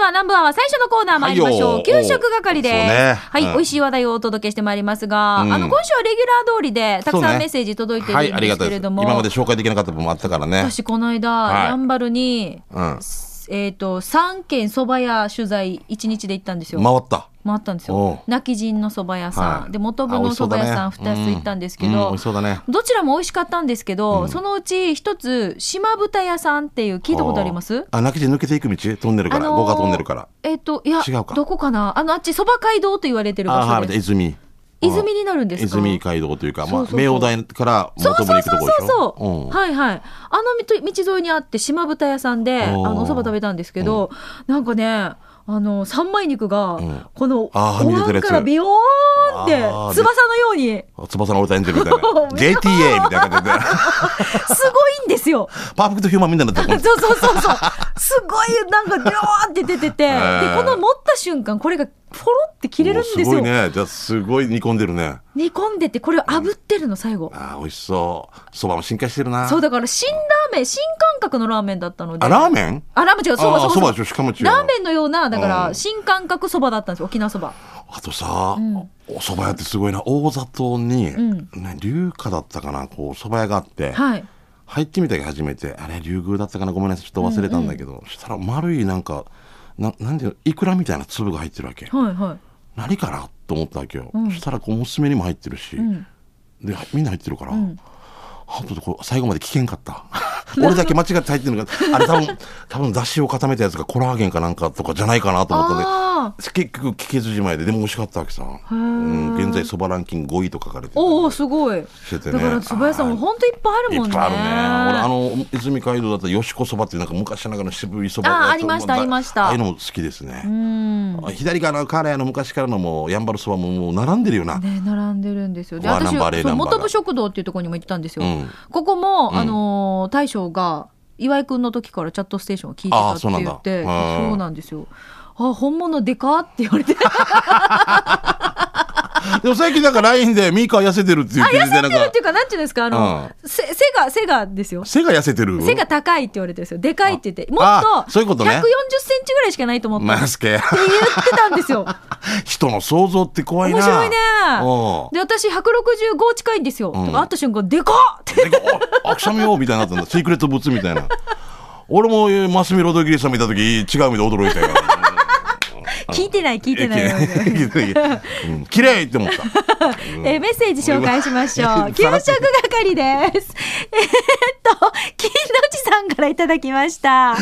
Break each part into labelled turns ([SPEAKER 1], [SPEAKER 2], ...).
[SPEAKER 1] はナンバーは最初のコーナー参りましょう。
[SPEAKER 2] はいよ
[SPEAKER 1] 給食係です。
[SPEAKER 2] そうね
[SPEAKER 1] はい、
[SPEAKER 2] うん
[SPEAKER 1] 美味しい話題をお届けしてまいりますが、
[SPEAKER 2] うん
[SPEAKER 1] あの、今週はレギュラー通りで、たく
[SPEAKER 2] そう
[SPEAKER 1] さん
[SPEAKER 2] ね
[SPEAKER 1] メッセージ届いてる
[SPEAKER 2] はい、あ
[SPEAKER 1] ん
[SPEAKER 2] り
[SPEAKER 1] で
[SPEAKER 2] が
[SPEAKER 1] す
[SPEAKER 2] たい
[SPEAKER 1] け
[SPEAKER 2] で
[SPEAKER 1] れ
[SPEAKER 2] す。
[SPEAKER 1] ども、
[SPEAKER 2] 今まで紹介できなかった部分もあったからね。
[SPEAKER 1] 私この間、
[SPEAKER 2] はい
[SPEAKER 1] やんばるに、
[SPEAKER 2] うん。
[SPEAKER 1] えっ、と、3軒蕎麦屋取材1日で行ったんですよ。
[SPEAKER 2] 回った。
[SPEAKER 1] 回ったんです
[SPEAKER 2] おう
[SPEAKER 1] よ。泣き人の蕎麦屋さん、
[SPEAKER 2] はい
[SPEAKER 1] で、元部の蕎麦屋さん2つ行ったんですけ
[SPEAKER 2] うんうん
[SPEAKER 1] ど、
[SPEAKER 2] 美味しそうだね。
[SPEAKER 1] どちらも美味しかったんですけど、そのうち一つ、島豚屋さんっていう、聞いたことあります
[SPEAKER 2] あ、泣き地抜けていく道トンネルから、
[SPEAKER 1] あのー
[SPEAKER 2] 五、がトンネルから。
[SPEAKER 1] えっ、と、いや、
[SPEAKER 2] 違うか
[SPEAKER 1] どこかなあの、あっち、蕎麦街道と言われてる場
[SPEAKER 2] あ、は
[SPEAKER 1] 所
[SPEAKER 2] い、
[SPEAKER 1] です。
[SPEAKER 2] 泉。
[SPEAKER 1] 泉になるんですか
[SPEAKER 2] 泉街道というか、ま
[SPEAKER 1] そ
[SPEAKER 2] あ
[SPEAKER 1] う、そうそう
[SPEAKER 2] 明王台から
[SPEAKER 1] そう
[SPEAKER 2] 元部
[SPEAKER 1] そ
[SPEAKER 2] に
[SPEAKER 1] う
[SPEAKER 2] 行くと
[SPEAKER 1] そう
[SPEAKER 2] こでし
[SPEAKER 1] そう
[SPEAKER 2] ょ。
[SPEAKER 1] そう、
[SPEAKER 2] ん
[SPEAKER 1] はいはい。あの道道沿いにあって、島豚屋さんで、あ
[SPEAKER 2] おー
[SPEAKER 1] の、お蕎麦食べたんですけど、なんかね、あの、三枚肉が
[SPEAKER 2] ん、
[SPEAKER 1] この、
[SPEAKER 2] あーは
[SPEAKER 1] お
[SPEAKER 2] み出て
[SPEAKER 1] 椀
[SPEAKER 2] るやつ
[SPEAKER 1] からビヨーンって、
[SPEAKER 2] あー
[SPEAKER 1] 翼のように、
[SPEAKER 2] 翼のオルタエンジェルみたいな
[SPEAKER 1] お。め
[SPEAKER 2] JTA みたいな感じ で。
[SPEAKER 1] すごいんですよ。
[SPEAKER 2] パーフェクトヒューマンみたいになって
[SPEAKER 1] そう
[SPEAKER 2] る。
[SPEAKER 1] そうそうそう。すごい、なんか、ビョーンって出てて、で、
[SPEAKER 2] ー
[SPEAKER 1] この持った瞬間、これが、フォロって切れるんです
[SPEAKER 2] おすごい
[SPEAKER 1] よ。
[SPEAKER 2] ね。じゃあ、すごい煮込んでるね。
[SPEAKER 1] 煮込んでて、これを炙ってるの、最後。
[SPEAKER 2] あー、美味しそう。そばも進化してるな。
[SPEAKER 1] そうだから新ラーメン、新感覚のラーメンだったので。
[SPEAKER 2] あ、ラーメン
[SPEAKER 1] あラーメン違う、そば
[SPEAKER 2] あー
[SPEAKER 1] そ
[SPEAKER 2] そば
[SPEAKER 1] ば
[SPEAKER 2] でしょ、しかも違う。
[SPEAKER 1] ラーメンのような、だか
[SPEAKER 2] う
[SPEAKER 1] ら
[SPEAKER 2] ん
[SPEAKER 1] 新感覚そばだったんですよ、沖縄そば。
[SPEAKER 2] あとさ、
[SPEAKER 1] ん
[SPEAKER 2] お蕎麦屋ってすごいな。大里に、
[SPEAKER 1] ん
[SPEAKER 2] ね、龍華だったかな、こう、蕎麦屋があって、
[SPEAKER 1] はい。
[SPEAKER 2] 入ってみたけど初めて、あれ、竜宮だったかな、ごめんなさい、ちょっと忘れたんだけど、したら丸いなんか、ななんていうの、いくらみたいな粒が入ってるわけ。
[SPEAKER 1] はいはい。
[SPEAKER 2] 何かなと思ったわけよ。
[SPEAKER 1] うん
[SPEAKER 2] したら、こう、娘にも入ってるし、
[SPEAKER 1] ん
[SPEAKER 2] で、はみんな入ってるから、
[SPEAKER 1] ん
[SPEAKER 2] あとでこう最後まで危険 かった。俺だけ間違って入ってるのか、あれ多分、多分雑誌を固めたやつがコラーゲンかなんかとかじゃないかなと思ったんで、
[SPEAKER 1] ああ。
[SPEAKER 2] 結局聞けずじまいででも美味しかったわけさ、う
[SPEAKER 1] ー
[SPEAKER 2] ん、現在そばランキング5位と書かれてたり
[SPEAKER 1] おお、すごい。
[SPEAKER 2] してて
[SPEAKER 1] だ
[SPEAKER 2] ね
[SPEAKER 1] から蕎麦屋さんも本当いっぱいある
[SPEAKER 2] い
[SPEAKER 1] もん
[SPEAKER 2] っ
[SPEAKER 1] ね。
[SPEAKER 2] ぱいあるね俺あの泉街道だったらよしこそばっていうなんか昔ながらの渋いそば
[SPEAKER 1] あーありましたありました
[SPEAKER 2] ああいうのも好きですね
[SPEAKER 1] うん。
[SPEAKER 2] 左側のカーレーの昔からのもうやんばるそばももう並んでるよな、
[SPEAKER 1] ね、並んでるんですよ。で、
[SPEAKER 2] わあナ
[SPEAKER 1] 私、
[SPEAKER 2] ンバーレー
[SPEAKER 1] そう
[SPEAKER 2] ナンバーが
[SPEAKER 1] 元部食堂っていうところにも行ったんですよ。
[SPEAKER 2] うん
[SPEAKER 1] ここも、
[SPEAKER 2] ん
[SPEAKER 1] あのー大将が、岩井くんの時からチャットステーションを聞いてた
[SPEAKER 2] あ
[SPEAKER 1] っ
[SPEAKER 2] あ
[SPEAKER 1] て言って、
[SPEAKER 2] そうなんだ
[SPEAKER 1] そうなんですよ。あ、本物でかって言われて、
[SPEAKER 2] でも最近なんか LINE でミーカー痩せてるっていう記事でなん
[SPEAKER 1] なん
[SPEAKER 2] か
[SPEAKER 1] ていうか、なんていうんですか、あの、せ背が、背がですよ。
[SPEAKER 2] 背が痩せてる
[SPEAKER 1] 背が高いって言われてるんですよ。でかいって言って、も
[SPEAKER 2] あ
[SPEAKER 1] っと、
[SPEAKER 2] そういうことね
[SPEAKER 1] 140センチぐらいしかないと思って。
[SPEAKER 2] マスケ
[SPEAKER 1] って言ってたんです よ。
[SPEAKER 2] 人の想像って怖いな
[SPEAKER 1] 面白いね
[SPEAKER 2] お。う
[SPEAKER 1] で、私、165近いんですよ。
[SPEAKER 2] ん
[SPEAKER 1] だから会った瞬間、でかっって。
[SPEAKER 2] でおあくしゃみよみたいになったんだシークレットブーツみたいな俺もえーマスミロドリゲスさん見た時違う意味で驚 いたよ
[SPEAKER 1] 聞いてない、聞いてない。
[SPEAKER 2] うん綺麗って思った
[SPEAKER 1] えーメッセージ紹介しましょう。給
[SPEAKER 2] さらっ
[SPEAKER 1] 食
[SPEAKER 2] と
[SPEAKER 1] 係です。えーっと、金のちさんからいただきま した。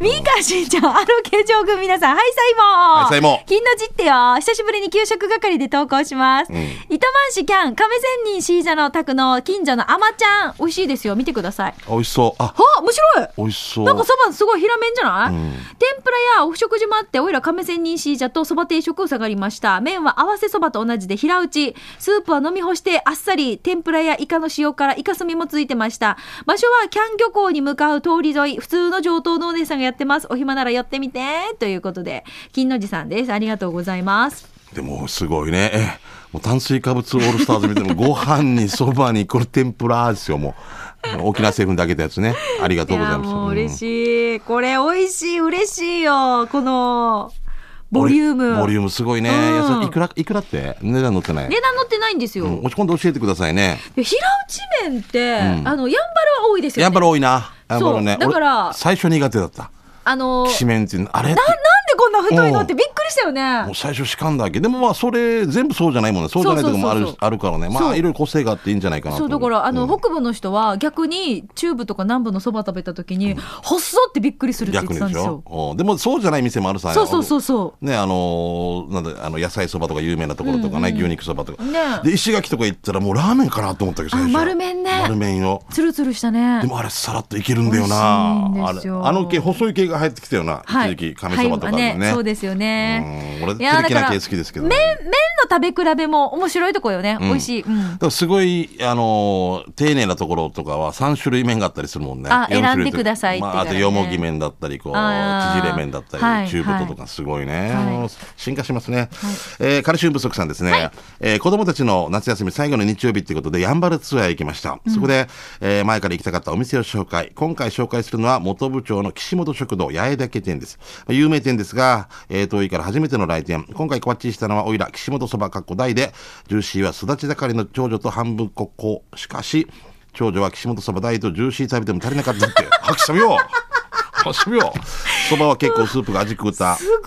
[SPEAKER 1] ミーカーしんちゃん、アロケ上軍皆さん、はい、
[SPEAKER 2] はい
[SPEAKER 1] サ
[SPEAKER 2] サ
[SPEAKER 1] イ
[SPEAKER 2] イ
[SPEAKER 1] モ
[SPEAKER 2] モ
[SPEAKER 1] ン金のちってよ、久しぶりに給食係で投稿します。
[SPEAKER 2] うん
[SPEAKER 1] 糸満市キャン、亀仙人シージャの宅の近所のあまちゃん、美味しいですよ、見てください。
[SPEAKER 2] 美味しそうあ
[SPEAKER 1] あ、面白い
[SPEAKER 2] 美味しそう
[SPEAKER 1] なんかそばすごい平麺じゃない、
[SPEAKER 2] うん
[SPEAKER 1] 天ぷらやお食事もあって、おいら亀仙人シージャとそば定食を下がりました。麺は合わせそばと同じで平打ち。スープは飲み干してあっさり、天ぷらやイカの塩辛、イカスミもついてました。場所はキャン漁港に向かう通り沿い、普通の上等のお姉さんがやってます。お暇ならやってみて。ということで、金の字さんです。ありがとうございます。
[SPEAKER 2] でもすごいねえもう炭水化物オールスターズ見てもご飯にそばにこれ天ぷらですよもう沖縄製粉であげたやつねありがとうございます
[SPEAKER 1] もう嬉
[SPEAKER 2] い、
[SPEAKER 1] しい。これ美味しい、嬉しいよ。この、ボリューム。
[SPEAKER 2] ボリュームすごいね、
[SPEAKER 1] うん
[SPEAKER 2] いやそれいくらいくらって値段乗ってない、
[SPEAKER 1] 値段乗ってないんですよ。
[SPEAKER 2] うん、落ち込んで教えてくださいね
[SPEAKER 1] で平打ち麺って、
[SPEAKER 2] ん
[SPEAKER 1] あのやんばるは多いですよね。
[SPEAKER 2] やんばる多いなやんばるね
[SPEAKER 1] そうだから
[SPEAKER 2] 俺最初苦手だった
[SPEAKER 1] あのー
[SPEAKER 2] きしめんっていうのあれって
[SPEAKER 1] ななんでこんな太いの
[SPEAKER 2] うん
[SPEAKER 1] ってびっくりしたよ
[SPEAKER 2] もう
[SPEAKER 1] ね。
[SPEAKER 2] 最初しかんだわけでもまあそれ全部そうじゃないもんねそうじゃないとこもある
[SPEAKER 1] そうそうそうそう
[SPEAKER 2] あるからね
[SPEAKER 1] そ
[SPEAKER 2] ま
[SPEAKER 1] う
[SPEAKER 2] あいろいろ個性があっていいんじゃないかなと
[SPEAKER 1] そうだからあの、北部の人は逆に中部とか南部のそば食べた時に、細ってびっくりするって言っ
[SPEAKER 2] 逆
[SPEAKER 1] て
[SPEAKER 2] に
[SPEAKER 1] たん
[SPEAKER 2] で
[SPEAKER 1] で
[SPEAKER 2] し
[SPEAKER 1] すよ
[SPEAKER 2] ょ。うんでもそうじゃない店もあるさ
[SPEAKER 1] そうそうそうそう
[SPEAKER 2] ねあのーなんだあの野菜そばとか有名なところとかね、牛肉そばとか、
[SPEAKER 1] ねえ
[SPEAKER 2] で石垣とか行ったらもうラーメンかなと思ったけど
[SPEAKER 1] あ
[SPEAKER 2] 最初
[SPEAKER 1] 丸麺ね
[SPEAKER 2] 丸麺よ
[SPEAKER 1] つるつるしたね
[SPEAKER 2] で。もあれさらっといけるんだよな
[SPEAKER 1] 美味しい
[SPEAKER 2] あ
[SPEAKER 1] んで
[SPEAKER 2] れ
[SPEAKER 1] すよ
[SPEAKER 2] あの系細い系が入ってきたよな、一時期亀そばとかも
[SPEAKER 1] はい
[SPEAKER 2] ね,、
[SPEAKER 1] はね。そうですよね。
[SPEAKER 2] うん俺
[SPEAKER 1] いや
[SPEAKER 2] 手抜
[SPEAKER 1] だ
[SPEAKER 2] きな
[SPEAKER 1] から
[SPEAKER 2] 系好きですけど、
[SPEAKER 1] 麺
[SPEAKER 2] ね、
[SPEAKER 1] 麺の食べ比べも面白いとこよね。美味しい。うん
[SPEAKER 2] だからすごい、あのー丁寧なところとかは3種類麺があったりするもんね。
[SPEAKER 1] あ
[SPEAKER 2] 四種類
[SPEAKER 1] 選んでくださいってい
[SPEAKER 2] ま
[SPEAKER 1] う
[SPEAKER 2] あ、
[SPEAKER 1] からね
[SPEAKER 2] あと、よもぎ麺だったり、こう、
[SPEAKER 1] あー
[SPEAKER 2] 縮れ麺だったり、
[SPEAKER 1] はい
[SPEAKER 2] 中太とかすごいね。
[SPEAKER 1] はい
[SPEAKER 2] もう進化しますね。えーカルシウム不足さんですね。えー子供たちの夏休み最後の日曜日ってことで、やんばるツアーへ行きました。そこで、えー前から行きたかったお店を紹介。今回紹介するのは、元部長の岸本食堂八重岳店です。有名店ですが、が、えー遠いから初めての来店。今回こわっちりしたのは、おいら、岸本そばかっこ大で、ジューシーはすだち盛りの長女と半分ここ。しかし、長女は岸本そば大とジューシー食べても足りなかったって。拍手しよう拍手しようそばは結構スープが味食うた。
[SPEAKER 1] すごい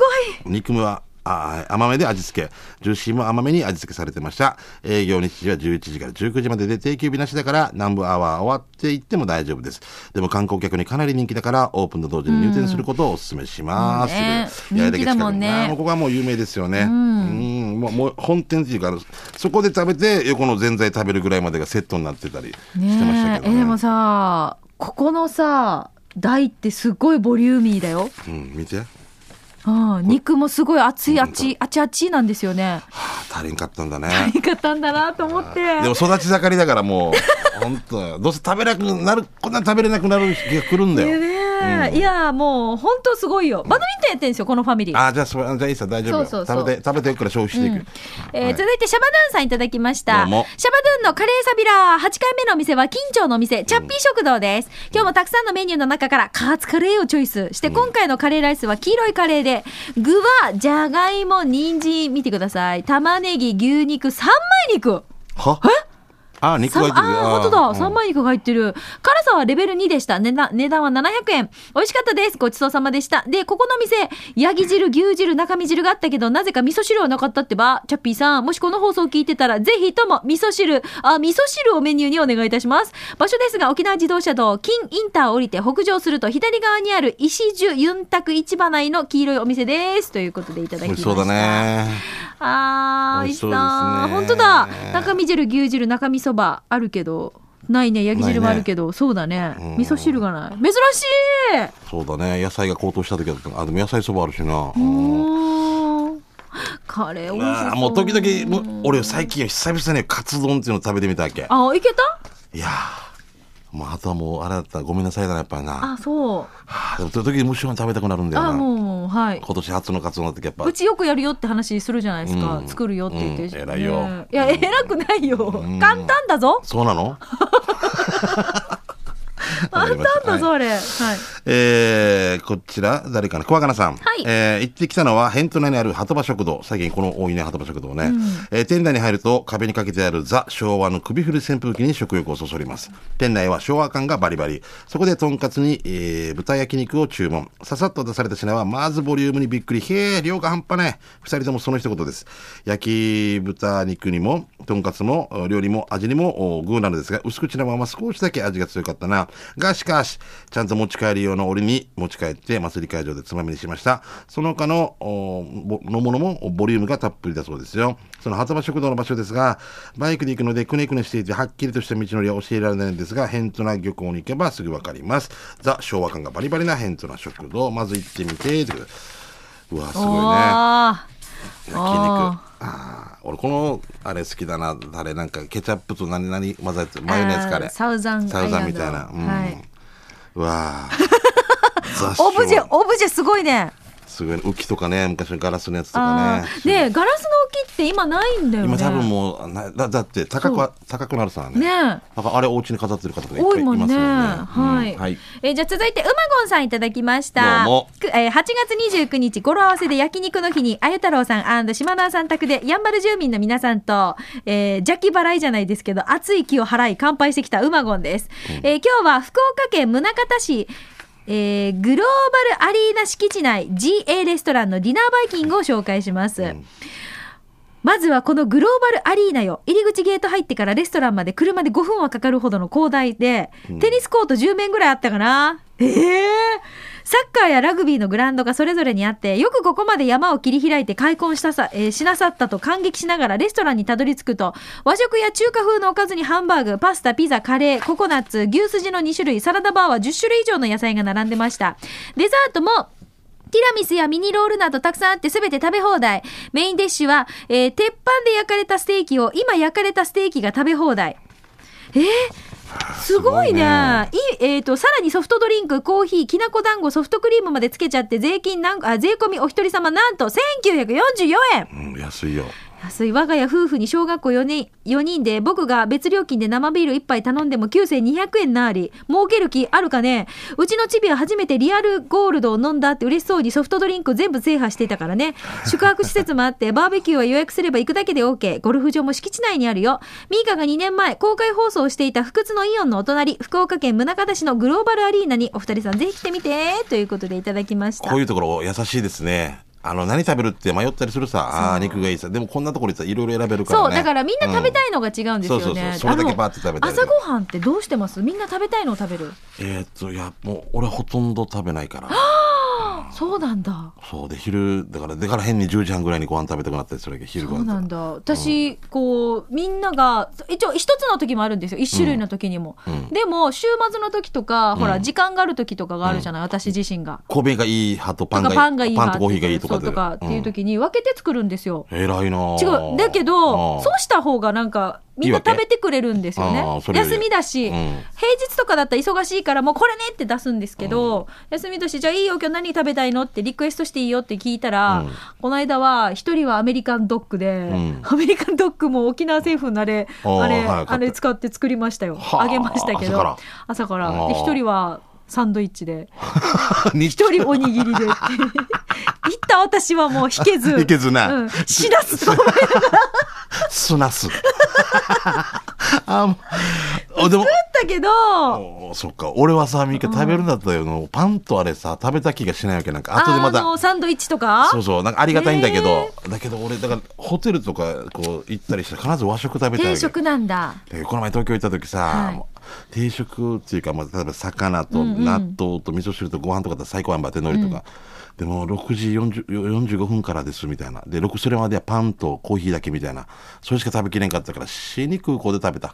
[SPEAKER 2] 肉はあ甘めで味付けジューシーも甘めに味付けされてました営業日時は11時から19時までで定休日なしだから南部アワー終わっていっても大丈夫ですでも観光客にかなり人気だからオープンと同時に入店することをお勧めします、
[SPEAKER 1] うんね
[SPEAKER 2] いやいや
[SPEAKER 1] 人気だもんね
[SPEAKER 2] 近くあもうここはもう有名ですよねうんもうもう本店っていうかそこで食べて横のぜんざい食べるぐらいまでがセットになってたりしてました
[SPEAKER 1] ねえ
[SPEAKER 2] けど
[SPEAKER 1] え
[SPEAKER 2] ね
[SPEAKER 1] でもさここのさ台ってすごいボリューミーだよ、
[SPEAKER 2] うん見て
[SPEAKER 1] うん、肉もすごい熱い熱い熱い熱いなんですよね
[SPEAKER 2] あ足りんかったんだね
[SPEAKER 1] 言い方んだなと思って
[SPEAKER 2] でも育ち盛りだからもう 本当どうせ食べなくなるこんな食べれなくなる日が来るんだ
[SPEAKER 1] ね
[SPEAKER 2] よ。
[SPEAKER 1] えいやもう本当すごいよバドミントンやってんですよこのファミリー
[SPEAKER 2] あじゃあそれじゃあいいさ大丈夫よ
[SPEAKER 1] そうそうそう
[SPEAKER 2] 食べて食べていくから消費していく。
[SPEAKER 1] えー
[SPEAKER 2] はい
[SPEAKER 1] 続いてシャバドゥンさんいただきました。
[SPEAKER 2] どうも
[SPEAKER 1] シャバドゥンのカレーサビラー、8回目のお店は近町のお店、チャッピー食堂です。今日もたくさんのメニューの中から加圧カレーをチョイスして、今回のカレーライスは黄色いカレーで、具はじゃがいも、人参、見てください。玉ねぎ、牛肉、三枚肉。
[SPEAKER 2] は？あ肉が入ってる。
[SPEAKER 1] ああー、本当だ。
[SPEAKER 2] うん
[SPEAKER 1] 三枚肉が入ってる。辛さはレベル2でした。値段値段は700円。美味しかったです。ごちそうさまでした。で、ここの店、ヤギ汁、牛汁、中身汁があったけど、なぜか味噌汁はなかったってば、チャッピーさん、もしこの放送を聞いてたら、ぜひとも味噌汁、あ、味噌汁をメニューにお願いいたします。場所ですが、沖縄自動車道、金インターを降りて北上すると、左側にある石樹ユンタク市場内の黄色いお店です。ということでいただき
[SPEAKER 2] 美
[SPEAKER 1] ま
[SPEAKER 2] 味
[SPEAKER 1] し。
[SPEAKER 2] したそうだね。
[SPEAKER 1] あー、美味
[SPEAKER 2] 美味
[SPEAKER 1] し
[SPEAKER 2] し
[SPEAKER 1] そ。
[SPEAKER 2] そううですね
[SPEAKER 1] 本当だ。中身汁、牛汁、中身そばあるけど。ないね。焼き汁もあるけど。そうだね。
[SPEAKER 2] ん
[SPEAKER 1] 味噌汁がない。珍しい
[SPEAKER 2] そうだね野菜が高騰した時だったあでも野菜そばあるしな。う
[SPEAKER 1] お
[SPEAKER 2] ん
[SPEAKER 1] ーカレー美味しそう。
[SPEAKER 2] あーもう時々もう俺最近久々にカツ丼っていうのを食べてみたわけ。
[SPEAKER 1] あ、いけた
[SPEAKER 2] いやーもうあとはもうあれだったらごめんなさいだなやっぱりな。
[SPEAKER 1] あ、そう。
[SPEAKER 2] はあでも時々無性に食べたくなるんだよ
[SPEAKER 1] あ、
[SPEAKER 2] な。
[SPEAKER 1] もう、はい。
[SPEAKER 2] 今年初のカツ丼の時やっぱ
[SPEAKER 1] う。ちよくやるよって話するじゃないですか。
[SPEAKER 2] うん
[SPEAKER 1] 作るよって言って。
[SPEAKER 2] うん偉いよ
[SPEAKER 1] ねいや、偉くないよ。簡単だぞ。
[SPEAKER 2] そうなの
[SPEAKER 1] 簡単だ
[SPEAKER 2] わかりました
[SPEAKER 1] ぞ、
[SPEAKER 2] はい
[SPEAKER 1] あれ。はい。
[SPEAKER 2] えーこちら、誰かな、小若菜さ
[SPEAKER 1] は
[SPEAKER 2] ん。
[SPEAKER 1] い
[SPEAKER 2] えー行ってきたのは、辺土内にある鳩場食堂。最近この大いね鳩場食堂ね。えー店内に入ると、壁にかけてあるザ・昭和の首振り扇風機に食欲をそそります。店内は昭和感がバリバリ。そこで、とんかつに、えー豚焼肉を注文。ささっと出された品は、まずボリュームにびっくり。へえ、量が半端ね。二人ともその一言です。焼き豚肉にも、とんかつも、料理も、味にも、お具なのですが、薄口のまま少しだけ味が強かったな。が、しかし、ちゃんと持ち帰り用の折に持ち帰って、祭り会場でつまみにしました。その他の、おぼのものも、おボリュームがたっぷりだそうですよ。その、鳩場食堂の場所ですが、バイクで行くので、くねくねしていて、はっきりとした道のりは教えられないんですが、ヘントな漁港に行けばすぐわかります。ザ・昭和感がバリバリなヘントな食堂、まず行ってみて、ということでうわ、すごいね。
[SPEAKER 1] あ
[SPEAKER 2] 焼肉
[SPEAKER 1] あ
[SPEAKER 2] ああー俺このあれ好きだなあれなんかケチャップと何々混ざってマヨネーズカレー
[SPEAKER 1] あーサウザン
[SPEAKER 2] サウザ
[SPEAKER 1] アイラ
[SPEAKER 2] ン
[SPEAKER 1] ン
[SPEAKER 2] み
[SPEAKER 1] ド
[SPEAKER 2] たいな、うん
[SPEAKER 1] はいう
[SPEAKER 2] わあ雑誌
[SPEAKER 1] ーオブジェ、
[SPEAKER 2] も
[SPEAKER 1] オブジェすごいね。
[SPEAKER 2] すごいね浮きとかね昔のガラスのやつとか
[SPEAKER 1] あ
[SPEAKER 2] ね
[SPEAKER 1] ーねえガラスの置きって今ないんだよね
[SPEAKER 2] 今多分もうなだだって高くは高くなるさね
[SPEAKER 1] ねえ
[SPEAKER 2] だからあれお家に飾ってる方とかいっ
[SPEAKER 1] 多
[SPEAKER 2] ぱい
[SPEAKER 1] い
[SPEAKER 2] い
[SPEAKER 1] も
[SPEAKER 2] ま
[SPEAKER 1] ん
[SPEAKER 2] す
[SPEAKER 1] ね
[SPEAKER 2] よね
[SPEAKER 1] はい、
[SPEAKER 2] うんはい
[SPEAKER 1] えーじゃあ続いてうまごんさんいただきました
[SPEAKER 2] どうも
[SPEAKER 1] くえー、8月29日語呂合わせで焼肉の日にあゆ太郎さん島田さん宅でやんばる住民の皆さんと、えー、邪気払いじゃないですけど熱い気を払い乾杯してきたうまごんです、えー今日は福岡県宗像市えーグローバルアリーナ敷地内 GA レストランのディナーバイキングを紹介します、まずはこのグローバルアリーナよ。入り口ゲート入ってからレストランまで車で5分はかかるほどの広大で、テニスコート10面ぐらいあったかな。ええサッカーやラグビーのグラウンドがそれぞれにあって、よくここまで山を切り開いて開墾したさ、えーしなさったと感激しながらレストランにたどり着くと、和食や中華風のおかずにハンバーグ、パスタ、ピザ、カレー、ココナッツ、牛すじの2種類、サラダバーは10種類以上の野菜が並んでました。デザートも、ティラミスやミニロールなどたくさんあってすべて食べ放題。メインディッシュは、えー鉄板で焼かれたステーキを今焼かれたステーキが食べ放題。えーすごいね。いえーと、さらにソフトドリンク、コーヒー、きなこ団子、ソフトクリームまでつけちゃって、税金なんか、あ税込みお一人様なんと1944円。
[SPEAKER 2] うん安いよ
[SPEAKER 1] 明日我が家夫婦に小学校4人 ,4 人で僕が別料金で生ビール1杯頼んでも9200円なあり儲ける気あるかねうちのチビは初めてリアルゴールドを飲んだって嬉しそうにソフトドリンク全部制覇していたからね宿泊施設もあってバーベキューは予約すれば行くだけで OK ゴルフ場も敷地内にあるよミーカが2年前公開放送をしていた不屈のイオンのお隣福岡県宗像市のグローバルアリーナにお二人さんぜひ来てみてということでいただきました
[SPEAKER 2] こういうところ優しいですね。あの、何食べるって迷ったりするさ、ああー、肉がいいさ。でもこんなところでさ、いろいろ選べるからね。
[SPEAKER 1] そうだからみんな食べ
[SPEAKER 2] い。
[SPEAKER 1] たいのが違うんですよね、
[SPEAKER 2] うんそうそうそうそれだけパーって食べたい
[SPEAKER 1] あの朝ごはんってどうしてますみんな食べたいのを食べる
[SPEAKER 2] えーっと、いや、もう、俺はほとんど食べないから。
[SPEAKER 1] そうなんだ
[SPEAKER 2] そうで、昼、だから、だから変に10時半ぐらいにご飯食べたくなったりするわけ、昼
[SPEAKER 1] そ
[SPEAKER 2] ご飯
[SPEAKER 1] う
[SPEAKER 2] とか
[SPEAKER 1] なんだ私、こうみんなが一応一つの時もあるんですよ一種類の時にも、
[SPEAKER 2] うん
[SPEAKER 1] でも週末の時とか、ほら時間がある時とかがあるじゃない、私自身が。
[SPEAKER 2] 米がいい派とパ
[SPEAKER 1] と
[SPEAKER 2] ンが
[SPEAKER 1] か
[SPEAKER 2] いい。
[SPEAKER 1] パンがいい
[SPEAKER 2] パ
[SPEAKER 1] 派
[SPEAKER 2] ンとコーヒーがいいとか
[SPEAKER 1] そうとかっていう
[SPEAKER 2] うん
[SPEAKER 1] 時に分けて作るんですよ、
[SPEAKER 2] 偉いな
[SPEAKER 1] 違
[SPEAKER 2] ぁ
[SPEAKER 1] うだけ
[SPEAKER 2] う
[SPEAKER 1] ど
[SPEAKER 2] ん
[SPEAKER 1] そうした方がなんかみんない
[SPEAKER 2] いわけ
[SPEAKER 1] 食べてくれるんですよね
[SPEAKER 2] あーそれより
[SPEAKER 1] 休みだし、
[SPEAKER 2] うん
[SPEAKER 1] 平日とかだったら忙しいからもうこれねって出すんですけど、休みだしじゃあいいよ今日何食べたいのってリクエストしていいよって聞いたら、
[SPEAKER 2] うん
[SPEAKER 1] この間は一人はアメリカンドッグで、
[SPEAKER 2] ん
[SPEAKER 1] アメリカンドッグも沖縄政府のあれ
[SPEAKER 2] あー
[SPEAKER 1] あれ,、
[SPEAKER 2] はい
[SPEAKER 1] あれ使って作りましたよ
[SPEAKER 2] はあ
[SPEAKER 1] あげましたけど
[SPEAKER 2] 朝から
[SPEAKER 1] 朝から
[SPEAKER 2] あー
[SPEAKER 1] で一人はサンドイッチで
[SPEAKER 2] に
[SPEAKER 1] 一 人おにぎりでって行った私はもう引け ず
[SPEAKER 2] いけずな
[SPEAKER 1] うん、しらすと思いながら
[SPEAKER 2] すなす。 あ、もうあでも、
[SPEAKER 1] だけど
[SPEAKER 2] おそっか。俺はさ、みーか食べるんだったらよ、パンとあれさ、食べた気がしないわけなんか。後でま
[SPEAKER 1] あの
[SPEAKER 2] た。
[SPEAKER 1] サンドイッチとか
[SPEAKER 2] そうそう、なんかありがたいんだけど、だけど俺、だから、ホテルとか、こう、行ったりして、必ず和食食べたい
[SPEAKER 1] 定
[SPEAKER 2] わけ
[SPEAKER 1] 食なんだ
[SPEAKER 2] でこの前東京行った時さ、
[SPEAKER 1] はい
[SPEAKER 2] もう定食っていうか、まあ、例えば魚と
[SPEAKER 1] うんうん
[SPEAKER 2] 納豆と味噌汁とご飯とかだったら最高あんば手のりとか、でも6時40 45分からですみたいなで6それまではパンとコーヒーだけみたいなそれしか食べきれんかったから死に空港で食 べた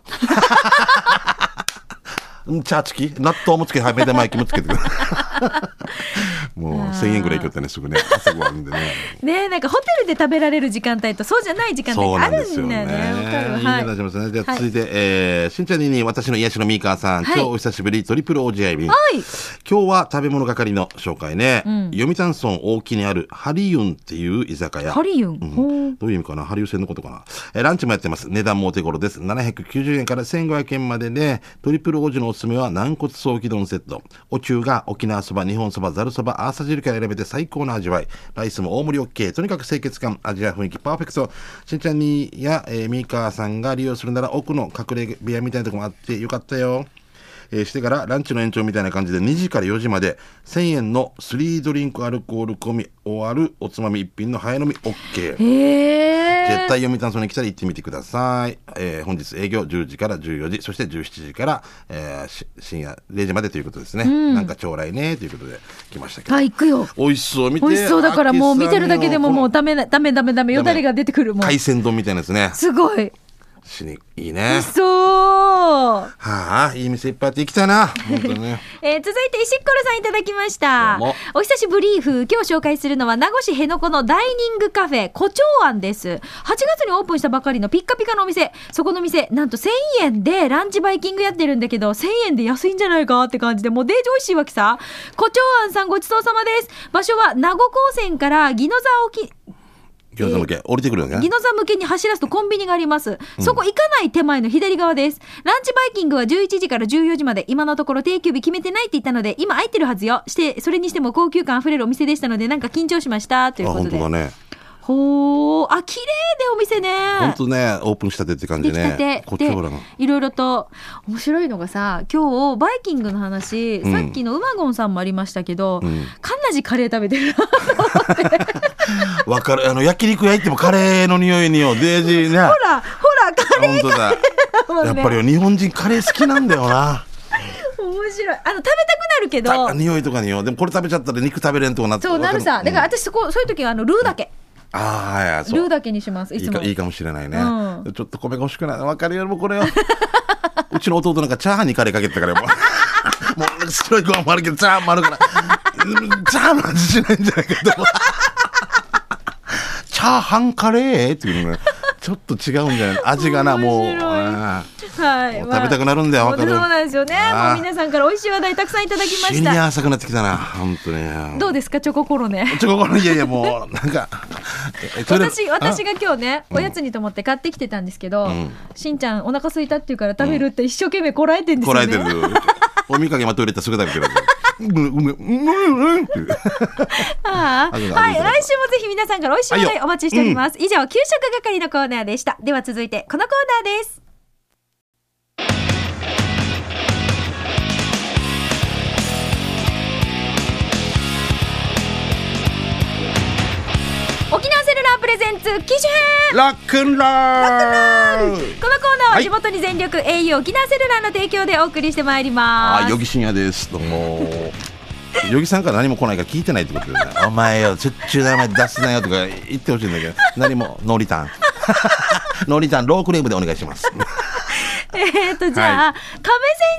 [SPEAKER 2] うんチャーチキ納豆もつけてはい目玉焼きもつけ てくるもう1000円ぐらいいきよったねすぐね朝ごはんでね
[SPEAKER 1] ねえなんかホテルで食べられる時間帯とそうじゃない時間帯
[SPEAKER 2] そう
[SPEAKER 1] があ
[SPEAKER 2] なん
[SPEAKER 1] る
[SPEAKER 2] ですよ
[SPEAKER 1] んだ
[SPEAKER 2] ね。
[SPEAKER 1] よね。わ、かるわ。
[SPEAKER 2] いい
[SPEAKER 1] はい。
[SPEAKER 2] ね出しますね。じゃ
[SPEAKER 1] は
[SPEAKER 2] あ
[SPEAKER 1] い
[SPEAKER 2] 続いて、えー、しんちゃんにに私の癒しのみーかんさ
[SPEAKER 1] はい
[SPEAKER 2] ん、今日お久しぶりトリプル OGI 便。
[SPEAKER 1] はい
[SPEAKER 2] 今日は食べ物係の紹介ね。
[SPEAKER 1] うん
[SPEAKER 2] 読谷村大木にあるハリユンっていう居酒屋。
[SPEAKER 1] ハリユン。
[SPEAKER 2] うん
[SPEAKER 1] ほう
[SPEAKER 2] どういう意味かなハリウ戦のことかな、えーランチもやってます。値段もお手頃です。790円から1500円までで、トリプル王子のおすすめは軟骨早期丼セット。お中が沖縄そば、日本そば、ざるそば、アーサ汁から選べて最高の味わい。ライスも大盛り OK。とにかく清潔感、味や雰囲気パーフェクト。しんちゃんにや、えー、ミーカーさんが利用するなら奥の隠れ部屋みたいなとこもあってよかったよ。えーしてからランチの延長みたいな感じで2時から4時まで1000円の3ドリンクアルコール込み終わるおつまみ一品の早飲み OK。
[SPEAKER 1] へえ。
[SPEAKER 2] 絶対読み炭素に来たら行ってみてください。えー本日営業10時から14時、そして17時から、えーし深夜0時までということですね。なんか将来ね、ということで来ましたけど。
[SPEAKER 1] あ行くよ。
[SPEAKER 2] 美味しそう、見て。
[SPEAKER 1] 美味しそうだからもう見てるだけでももう
[SPEAKER 2] ダ
[SPEAKER 1] ダメなダメダメダメよだれが出てくるもう
[SPEAKER 2] 海。鮮丼みたいなですね。
[SPEAKER 1] すごい。
[SPEAKER 2] しに、いい
[SPEAKER 1] 美
[SPEAKER 2] ね
[SPEAKER 1] 味し。そう。
[SPEAKER 2] はあ、いい店いっぱいあって行きたいな。本当に ね。
[SPEAKER 1] えー続いて石ころさんいただきました
[SPEAKER 2] どうも
[SPEAKER 1] お久しぶりーふ今日紹介するのは名護市辺野古のダイニングカフェ胡蝶庵です8月にオープンしたばかりのピッカピカのお店そこの店なんと1000円でランチバイキングやってるんだけど1000円で安いんじゃないかって感じでもうデージ美味しいわけさ胡蝶庵さんごちそうさまです場所は名護高専から宜野座沖
[SPEAKER 2] 餃子向け、降りてくるよ
[SPEAKER 1] 宜
[SPEAKER 2] ね。
[SPEAKER 1] 野座向けに走らすとコンビニがあります。そこ行かない手前の左側です。ランチバイキングは11時から14時まで、今のところ定休日決めてないって言ったので、今空いてるはずよ。して、それにしても高級感あふれるお店でしたので、なんか緊張しました。とい
[SPEAKER 2] あ、
[SPEAKER 1] うこと
[SPEAKER 2] 本当
[SPEAKER 1] で。
[SPEAKER 2] だね。
[SPEAKER 1] ほー、あ、綺麗でお店ね。
[SPEAKER 2] 本当ね、オープンしたてって感
[SPEAKER 1] で
[SPEAKER 2] じ
[SPEAKER 1] きたて
[SPEAKER 2] ね。こっち
[SPEAKER 1] で
[SPEAKER 2] ほらな。
[SPEAKER 1] いろいろと面白いのがさ今日バイキングの話、
[SPEAKER 2] ん
[SPEAKER 1] さっきのうまごんさんもありましたけど、
[SPEAKER 2] ん
[SPEAKER 1] カンナジカレー食べてる
[SPEAKER 2] わかる。あの、焼肉焼いてもカレーの匂いによ。デージーね。
[SPEAKER 1] ほらほらカレ
[SPEAKER 2] 本当だ。
[SPEAKER 1] ーも
[SPEAKER 2] やっ
[SPEAKER 1] ね
[SPEAKER 2] ぱりよ日本人カレー好きなんだよな。
[SPEAKER 1] 面白いあの食べたくなるけど
[SPEAKER 2] た匂いとかによ。でもこれ食べちゃったら肉食べれんとかなって
[SPEAKER 1] そうなるさ。だから私そこ、そういう時はあのルーだけ、
[SPEAKER 2] ああ、いや、そう。
[SPEAKER 1] ルーだけにします。い
[SPEAKER 2] いい
[SPEAKER 1] つも。
[SPEAKER 2] かいいかもしれないね、
[SPEAKER 1] う
[SPEAKER 2] ちょっと米が欲しくないわかるよもうこれようちの弟なんかチャーハンにカレーかけてたからも うもう白いご飯もあるけどチャーハンもあるからうんチャーハンの 味しないんじゃないかと思うチャーハンカレーっていうのねちょっと違うんじゃない味がなもう、
[SPEAKER 1] 面白い
[SPEAKER 2] うん
[SPEAKER 1] はい、
[SPEAKER 2] もう食べたくなるんだよ
[SPEAKER 1] まあ
[SPEAKER 2] わかる
[SPEAKER 1] そうなんですよね。
[SPEAKER 2] あー
[SPEAKER 1] もう皆さんから美味しい話題たくさんいただきま
[SPEAKER 2] 死
[SPEAKER 1] し
[SPEAKER 2] に
[SPEAKER 1] た。
[SPEAKER 2] 浅くなってきたな本当に
[SPEAKER 1] どうですか、チョココロネ。
[SPEAKER 2] ちょここのいやいやもうなんかえとりあえず
[SPEAKER 1] 私私
[SPEAKER 2] あ
[SPEAKER 1] が今日ねおやつにと思って買ってきてたんですけど、
[SPEAKER 2] ん
[SPEAKER 1] しんちゃんお腹空いたっていうから食べるって一生懸命こらえてんです
[SPEAKER 2] こ
[SPEAKER 1] よ
[SPEAKER 2] ら
[SPEAKER 1] ね
[SPEAKER 2] えてるおみかけまと入れたらすぐ食べてるうんうんうんうんっていう
[SPEAKER 1] ああはい、来週も
[SPEAKER 2] ありがとうございます
[SPEAKER 1] ぜひ皆さんから美味しい話
[SPEAKER 2] はい
[SPEAKER 1] 題
[SPEAKER 2] よ
[SPEAKER 1] お待ちしております。以上、給食係のコーナーでした。では続いて、このコーナーです。沖縄セルラープレゼンツ機種編
[SPEAKER 2] ロックンロー
[SPEAKER 1] この
[SPEAKER 2] ル
[SPEAKER 1] コーナー
[SPEAKER 2] は
[SPEAKER 1] はい地元に全力 au 沖縄セルラーの提供でお送りしてまいります。
[SPEAKER 2] あ、よぎしんやです。どうも。よぎさんから何も来ないから聞いてないってことだよね。お前よ、ちょっちゅう名前出すなよとか言ってほしいんだけど、何も、ノーリターン。ノーリターン、ロークレームでお願いします。
[SPEAKER 1] えっと、じゃあ、亀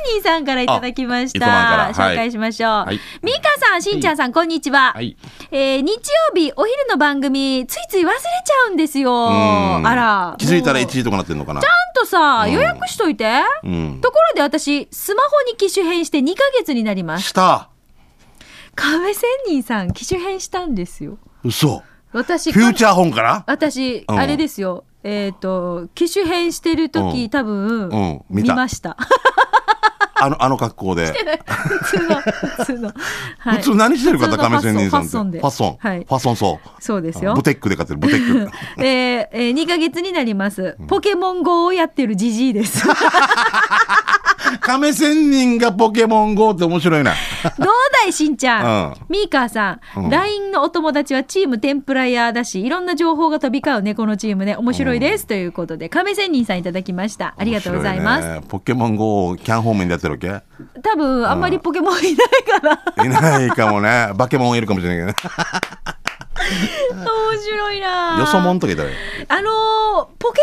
[SPEAKER 1] 仙人さんからいただきました。
[SPEAKER 2] あ糸満からはい
[SPEAKER 1] 紹介しましょう。
[SPEAKER 2] い
[SPEAKER 1] ミカさん、しんちゃんさん、こんにちは。
[SPEAKER 2] はい
[SPEAKER 1] えー日曜日、お昼の番組、ついつい忘れちゃうんですよ。
[SPEAKER 2] うん
[SPEAKER 1] あら。
[SPEAKER 2] 気づいたら
[SPEAKER 1] もう
[SPEAKER 2] 1位とかなってんのかな。
[SPEAKER 1] ちゃんとさ、
[SPEAKER 2] うん
[SPEAKER 1] 予約しといて。
[SPEAKER 2] うん。
[SPEAKER 1] ところで私、スマホに機種変して2ヶ月になります。
[SPEAKER 2] した。
[SPEAKER 1] 亀仙人さん、機種変したんですよ。
[SPEAKER 2] 嘘。
[SPEAKER 1] 私、
[SPEAKER 2] フューチャーホンから
[SPEAKER 1] 私、
[SPEAKER 2] うん
[SPEAKER 1] あれですよ。えっ、と、機種変してる時、
[SPEAKER 2] うん
[SPEAKER 1] 多分、
[SPEAKER 2] うん見
[SPEAKER 1] 見
[SPEAKER 2] た
[SPEAKER 1] ました。
[SPEAKER 2] あの、あの 格好で。
[SPEAKER 1] 普通の、普通の。は
[SPEAKER 2] 普
[SPEAKER 1] い
[SPEAKER 2] 通何してる方、
[SPEAKER 1] 普通の
[SPEAKER 2] 亀仙人さんっ
[SPEAKER 1] ファ
[SPEAKER 2] て。
[SPEAKER 1] ッソンで
[SPEAKER 2] ファッソン。
[SPEAKER 1] はい
[SPEAKER 2] ファッソンそう。
[SPEAKER 1] そうですよ
[SPEAKER 2] ブ。テックで買ってる、ブテッ ク。
[SPEAKER 1] えーえー、2ヶ月になります。ポケモン GO をやってるジジイ です。どう
[SPEAKER 2] 亀仙人がポケモン GO って面白いな。
[SPEAKER 1] だいしんちゃん。
[SPEAKER 2] うん
[SPEAKER 1] ミーカーさん、
[SPEAKER 2] うん
[SPEAKER 1] LINE のお友達はチーム天ぷら屋だし、いろんな情報が飛び交うね、このチームね。面白いです。ということで、亀仙人さんいただきました。ありがとうございます。
[SPEAKER 2] 面白ねポケモン GO をキャン方面でやってるわけ
[SPEAKER 1] 多分、あんまりポケモンいないから、
[SPEAKER 2] いないかもね。 バケモンいるかもしれないけどね。
[SPEAKER 1] 面白いな
[SPEAKER 2] よそもんとか言ったらいい。
[SPEAKER 1] あのーポケ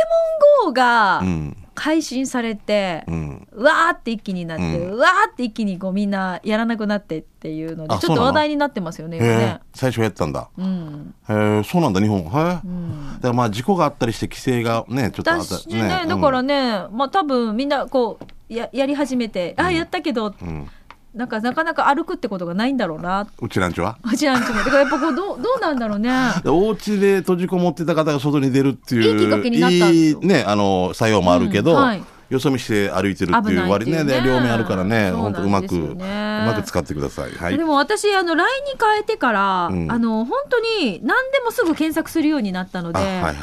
[SPEAKER 1] モン GO が
[SPEAKER 2] うん。
[SPEAKER 1] 配信されて、
[SPEAKER 2] うん。
[SPEAKER 1] うわーって一気になって、う
[SPEAKER 2] うん
[SPEAKER 1] わーって一気にこうみんなやらなくなってっていうので
[SPEAKER 2] あ
[SPEAKER 1] ちょっと
[SPEAKER 2] そうなの
[SPEAKER 1] 話題になってますよね
[SPEAKER 2] へ
[SPEAKER 1] 今
[SPEAKER 2] え
[SPEAKER 1] ね。。
[SPEAKER 2] 最初やってたんだ。
[SPEAKER 1] うん
[SPEAKER 2] へえ、そうなんだ、日本。は
[SPEAKER 1] う
[SPEAKER 2] い。
[SPEAKER 1] ん
[SPEAKER 2] だからまあ事故があったりして規制がね、ちょっとあ
[SPEAKER 1] だ
[SPEAKER 2] った
[SPEAKER 1] しねだから
[SPEAKER 2] ね
[SPEAKER 1] ね、まあ多分みんなこうややり始めて、あやったけど
[SPEAKER 2] うん。うん
[SPEAKER 1] なんかなかなか歩くってことがないんだろうな
[SPEAKER 2] うちなんちは
[SPEAKER 1] うちなんちもだからやっぱこうどうどうなんだろう ね。
[SPEAKER 2] でお家で閉じこもってた方が外に出るってい
[SPEAKER 1] い
[SPEAKER 2] う。
[SPEAKER 1] いきっかけになったんですよ
[SPEAKER 2] いいね、あの、作用もあるけど、
[SPEAKER 1] うんはい
[SPEAKER 2] よそ見して歩いてるっていう割
[SPEAKER 1] 危ない
[SPEAKER 2] ね
[SPEAKER 1] っていうね
[SPEAKER 2] で両面あるからね、
[SPEAKER 1] そう
[SPEAKER 2] 本当う
[SPEAKER 1] なん
[SPEAKER 2] ま
[SPEAKER 1] で
[SPEAKER 2] く、
[SPEAKER 1] すよね
[SPEAKER 2] うまく使ってください。はい。
[SPEAKER 1] でも私あの LINE に変えてから、
[SPEAKER 2] うん
[SPEAKER 1] あの本当に何でもすぐ検索するようになったので、
[SPEAKER 2] あ、はいはい。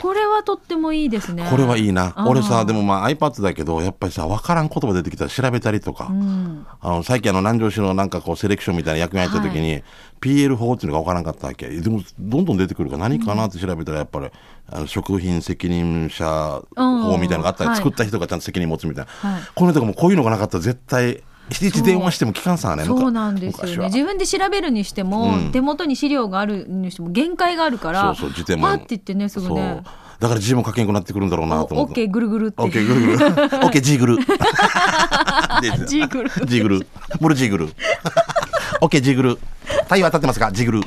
[SPEAKER 1] これはとってもいいですね。
[SPEAKER 2] これはいいな。
[SPEAKER 1] うん
[SPEAKER 2] 俺さ、でもまあ iPad だけど、やっぱりさ、わからん言葉出てきたら調べたりとか、
[SPEAKER 1] うん、
[SPEAKER 2] あの、最近あの、南城市のなんかこう、セレクションみたいな役目やった時に、PL 法っていうのがわからんかったわけ。でも、どんどん出てくるから何かなって調べたら、やっぱり、あの、食品責任者法みたいなのがあった
[SPEAKER 1] うん
[SPEAKER 2] り、
[SPEAKER 1] はい
[SPEAKER 2] 作った人がちゃんと責任持つみたいな。
[SPEAKER 1] はい
[SPEAKER 2] この人がもうこういうのがなかったら絶対、い
[SPEAKER 1] そ
[SPEAKER 2] ち
[SPEAKER 1] う
[SPEAKER 2] 電話しても聞かんさね。
[SPEAKER 1] そうなんです
[SPEAKER 2] 昔
[SPEAKER 1] よね
[SPEAKER 2] は
[SPEAKER 1] 自分で調べるにしても、
[SPEAKER 2] うん
[SPEAKER 1] 手元に資料があるにしても限界があるから
[SPEAKER 2] そうそう、自転
[SPEAKER 1] パ
[SPEAKER 2] も。
[SPEAKER 1] ッて言ってねすぐね
[SPEAKER 2] そう。だから字も書けんくなってくるんだろうなと
[SPEAKER 1] お
[SPEAKER 2] 思
[SPEAKER 1] オッ
[SPEAKER 2] って。
[SPEAKER 1] ケーぐるぐるって
[SPEAKER 2] オッケー、グルグル。オッケー、ジーグル。で
[SPEAKER 1] ジーグル
[SPEAKER 2] ジーグル。ブルジーグル。 オッケー、ジーグル。太陽当たってますかジーグル。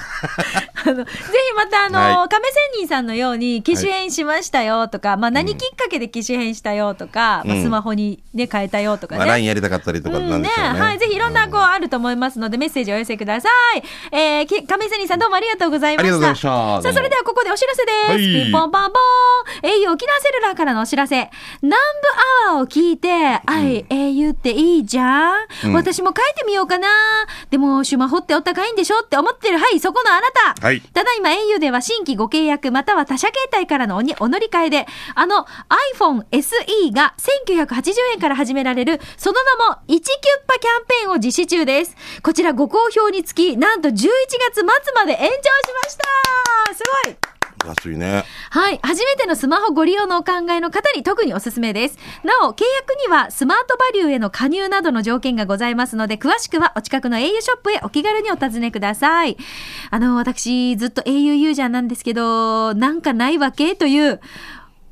[SPEAKER 1] あのぜひまたあの、
[SPEAKER 2] はい
[SPEAKER 1] 亀仙人さんのように機種変しましたよとか、まあ何きっかけで機種変したよとか、まあ
[SPEAKER 2] うん
[SPEAKER 1] スマホにね変えたよとか
[SPEAKER 2] まあ、
[SPEAKER 1] ね。
[SPEAKER 2] LINE やりたかったりとかなんでしょうね。
[SPEAKER 1] うんはい、ぜひいろんなこうあると思いますので、メッセージをお寄せください。えー、き亀仙人さんどうもありがとうございました。
[SPEAKER 2] ありがとうございましたどうも
[SPEAKER 1] さあ、それではここでお知らせです。
[SPEAKER 2] はい
[SPEAKER 1] ピンポンパンポーン !au 沖縄セルラーからのお知らせ。南部アワーを聞いて、あい、au っていいじゃん、
[SPEAKER 2] うん
[SPEAKER 1] 私も書いてみようかな。でも、シュマホってお高いんでしょって思ってる。はい、そこのあなた。
[SPEAKER 2] はい
[SPEAKER 1] ただいま au では新規ご契約または他社携帯からのおにお乗り換えで、あの iPhone SE が1980円から始められる、その名も1キュッパキャンペーンを実施中です。こちらご好評につき、なんと11月末まで延長しましたすごい
[SPEAKER 2] 安いね。
[SPEAKER 1] はい。初めてのスマホご利用のお考えの方に特におすすめです。なお、契約にはスマートバリューへの加入などの条件がございますので、詳しくはお近くの au ショップへお気軽にお尋ねください。あの、私、ずっと au ユーザーなんですけど、なんかないわけという、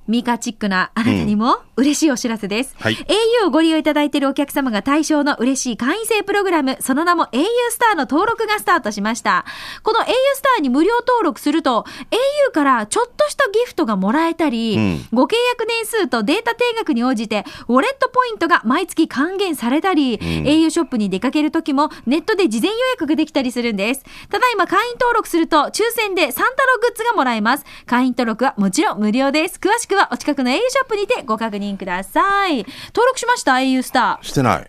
[SPEAKER 1] ミカチックなあなたにも嬉しいお知らせです。
[SPEAKER 2] はい
[SPEAKER 1] au をご利用いただいているお客様が対象の嬉しい会員制プログラム、その名も au スターの登録がスタートしました。この au スターに無料登録すると、au からちょっとしたギフトがもらえたり、
[SPEAKER 2] うん
[SPEAKER 1] ご契約年数とデータ定額に応じて、ウォレットポイントが毎月還元されたり、au ショップに出かける時もネットで事前予約ができたりするんです。ただいま会員登録すると、抽選でサンタログッズがもらえます。会員登録はもちろん無料です。詳しくはお近くの au ショップにてご確認ください。登録しました au スター。
[SPEAKER 2] してない。